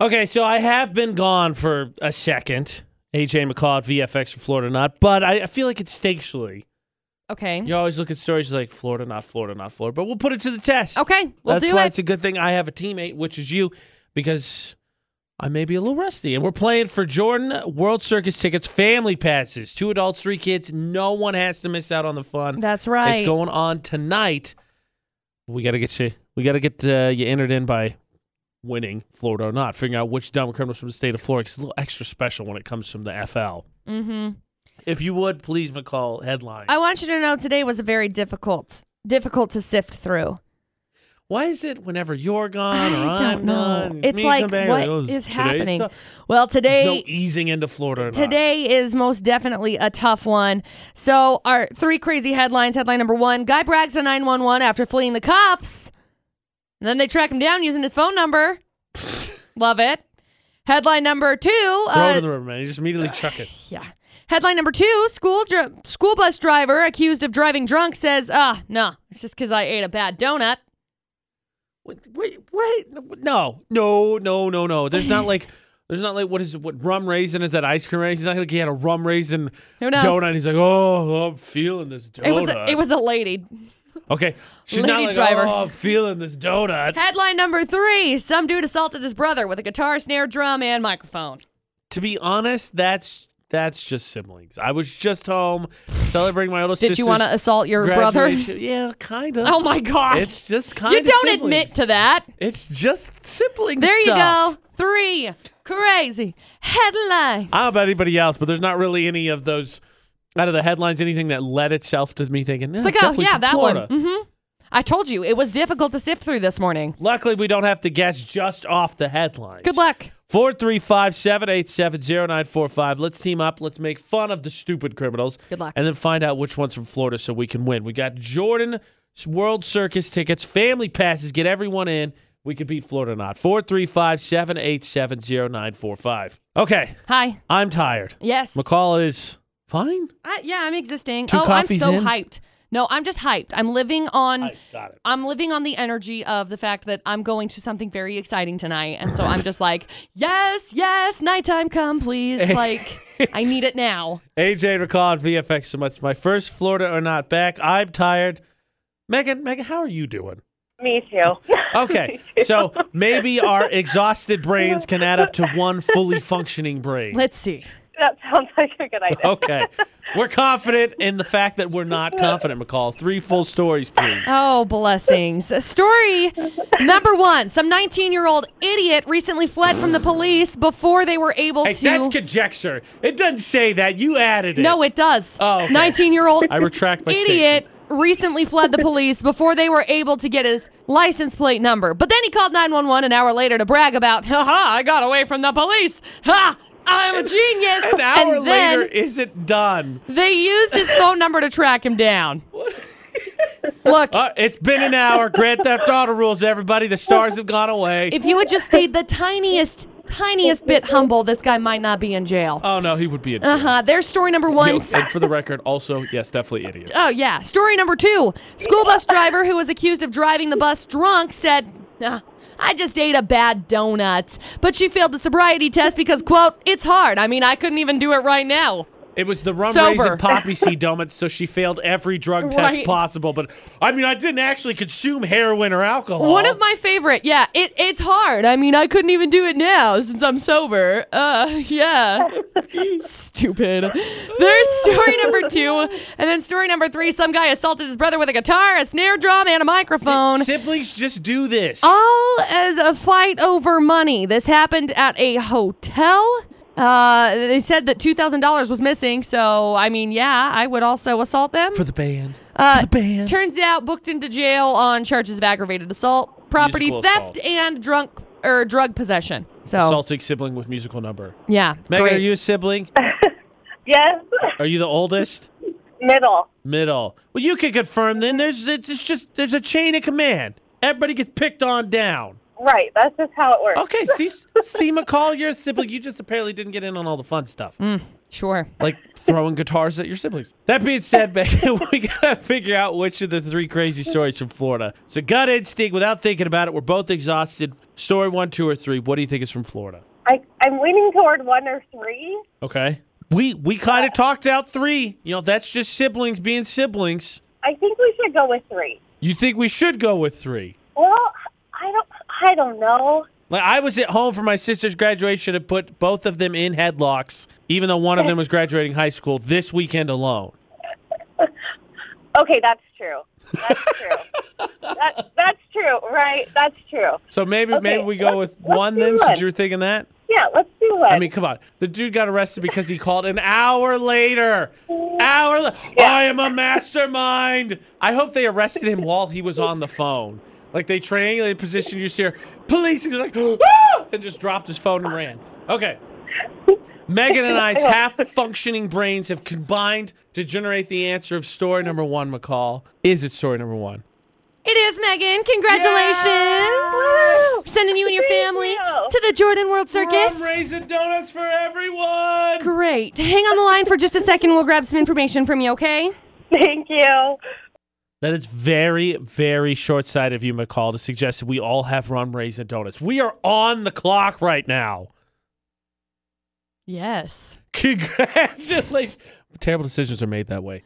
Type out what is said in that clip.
Okay, so I have been gone for a second. AJ McCall at VFX for Florida Not, but I, I feel like instinctually. Okay. You always look at stories like Florida Not, Florida Not, Florida, but we'll put it to the test. Okay. We'll That's do why it. it's a good thing I have a teammate, which is you, because I may be a little rusty. And we're playing for Jordan World Circus tickets, family passes, two adults, three kids. No one has to miss out on the fun. That's right. It's going on tonight. We got to get you. We got to get uh, you entered in by winning Florida or not. Figuring out which diamond criminals from the state of Florida. 'cause It's a little extra special when it comes from the FL. mm-hmm. Uh, If you would please, McCall headline. I want you to know today was a very difficult, difficult to sift through. Why is it whenever you're gone or I am don't know. gone, It's me like come back, what oh, is today's happening? stuff. Well, There's today no easing into Florida or not. Today is most definitely a tough one. So, our three crazy headlines. Headline number one Guy brags to 911 after fleeing the cops. And then they track him down using his phone number. Love it. Headline number two. Throw it uh, in the river, man. You just immediately chuck it. yeah. Headline number two school, dr- school bus driver accused of driving drunk says, ah, no, it's just because I ate a bad donut. Wait, wait, what? No, no, no, no, no. There's not like, there's not like what is it? What rum raisin is that ice cream raisin? It's not like he had a rum raisin Who knows? donut. He's like, oh, I'm feeling this donut. It was, a, it was a lady. okay. She's not lady like, driver. oh, I'm feeling this donut. Headline number three Some dude assaulted his brother with a guitar, snare, drum, and microphone. to be honest, that's that's just siblings. I was just home celebrating my oldest Did sister's you want to assault your brother? graduation. Yeah, kind of. Oh my gosh. It's just kind you of. don't admit to that. It's just sibling There stuff. you go. Three crazy headlines. I don't know about anybody else, Ah, but there's not really any of those out of the headlines anything that led itself to me thinking. It's like, oh, yeah, that one. hmm I told you it was difficult to sift through this morning. Luckily, we don't have to guess just off the headlines. Good luck. Four three five seven eight seven zero nine four five. Let's team up. Let's make fun of the stupid criminals. Good luck. And then find out which one's from Florida so we can win. We got Jordan World Circus tickets, family passes. Get everyone in. We could beat Florida or not. Four three five seven eight seven zero nine four five. Okay, Hi. I'm tired. Yes. McCall is fine. I, yeah, I'm existing. Two oh, I'm coffees so in? hyped. No, I'm just hyped. I'm living on. I got it. I'm living on the energy of the fact that I'm going to something very exciting tonight. And so I'm just like, yes, yes, nighttime come, please. Like, I need it now. AJ McCall at VFX so much. My first Florida or not back. I'm tired. Megan, Megan, how are you doing? Me too. Okay, so maybe our exhausted brains can add up to one fully functioning brain. Let's see. that sounds like a good idea. Okay, we're confident in the fact that we're not confident, McCall. Three full stories, please. Oh, blessings. Story number one Some 19 year old idiot recently fled from the police before they were able Hey, to. that's conjecture. It doesn't say that. You added it. no, it does. Oh, okay. 19 year old I retract my idiot recently fled the police before they were able to get his license plate number. But then he called 911 an hour later to brag about, ha ha, I got away from the police. Ha! I'm a genius. statement. An hour and then later, is it done? they used his phone number to track him down. Look, Uh, it's been an hour. Grand Theft Auto rules, everybody. The stars have gone away. if you had just stayed the tiniest, tiniest bit humble, this guy might not be in jail. oh no, he would be in jail. Uh huh. There's story number one. Yo, and for the record, also, yes, definitely idiot. Oh, yeah. Story number two school bus driver who was accused of driving the bus drunk said, "Nah, I just ate a bad donut. But she failed the sobriety test because, quote, it's hard. I mean, I couldn't even do it right now. It was the rum Sober. raisin poppy seed donuts, so she failed every drug test Right. possible. But I mean, I didn't actually consume heroin or alcohol. One of my favorite. Yeah, it, it's hard. I mean, I couldn't even do it now since I'm sober. Uh, yeah. Stupid. There's story number two. And then story number three some guy assaulted his brother with a guitar, a snare drum, and a microphone. siblings just do this. all as a fight over money. This happened at a hotel. Uh, they said that two thousand dollars was missing, so I mean, yeah, I would also assault them. the band. uh, the band. Turns out, booked into jail on charges of aggravated assault, property Musical theft, assault. and drunk or drug possession. So, Assaulting sibling with musical number. yeah, Megan, great. are you a sibling? Yes, Are you the oldest? middle. Middle. Well, you can confirm. Then there's it's it's just there's a chain of command. Everybody gets picked on down. Right, that's just how it works. Okay, see, see, McCall, you're a sibling. You just apparently didn't get in on all the fun stuff. Sure. like throwing guitars at your siblings. That being said, Megan, we gotta figure out which of the three crazy stories from Florida. So gut instinct, without thinking about it, we're both exhausted. Story one, two, or three. What do you think is from Florida? I, I'm leaning toward one or three. Okay. We we kind of talked out three. You know, that's just siblings being siblings. I think we should go with three. You think we should go with three? Well, I don't. I don't know. Like I was at home for my sister's graduation and put both of them in headlocks, even though one of them was graduating high school this weekend alone. Okay, that's true. That's true. that, that's true, right? That's true. So maybe Okay, maybe we go let's- with let's one do then, since one. you were thinking that. Yeah, let's do one. I mean, come on. The dude got arrested because he called an hour later. Hour. la- Yeah. I am a mastermind. I hope they arrested him while he was on the phone. Like they triangulated position. You just hear police, and he's like, ah! and just dropped his phone and ran. Okay. Megan and I's half-functioning brains have combined to generate the answer of story number one. McCall, is it story number one? It is Megan. Congratulations. Yes! Sending you and your Thank family you. to the Jordan World Circus. Rum raisin donuts for everyone. Great. Hang on the line for just a second. We'll grab some information from you, okay? Thank you. That is very, very short sighted of you, McCall, to suggest that we all have rum raisin donuts. We are on the clock right now. Yes. Congratulations. Terrible decisions are made that way.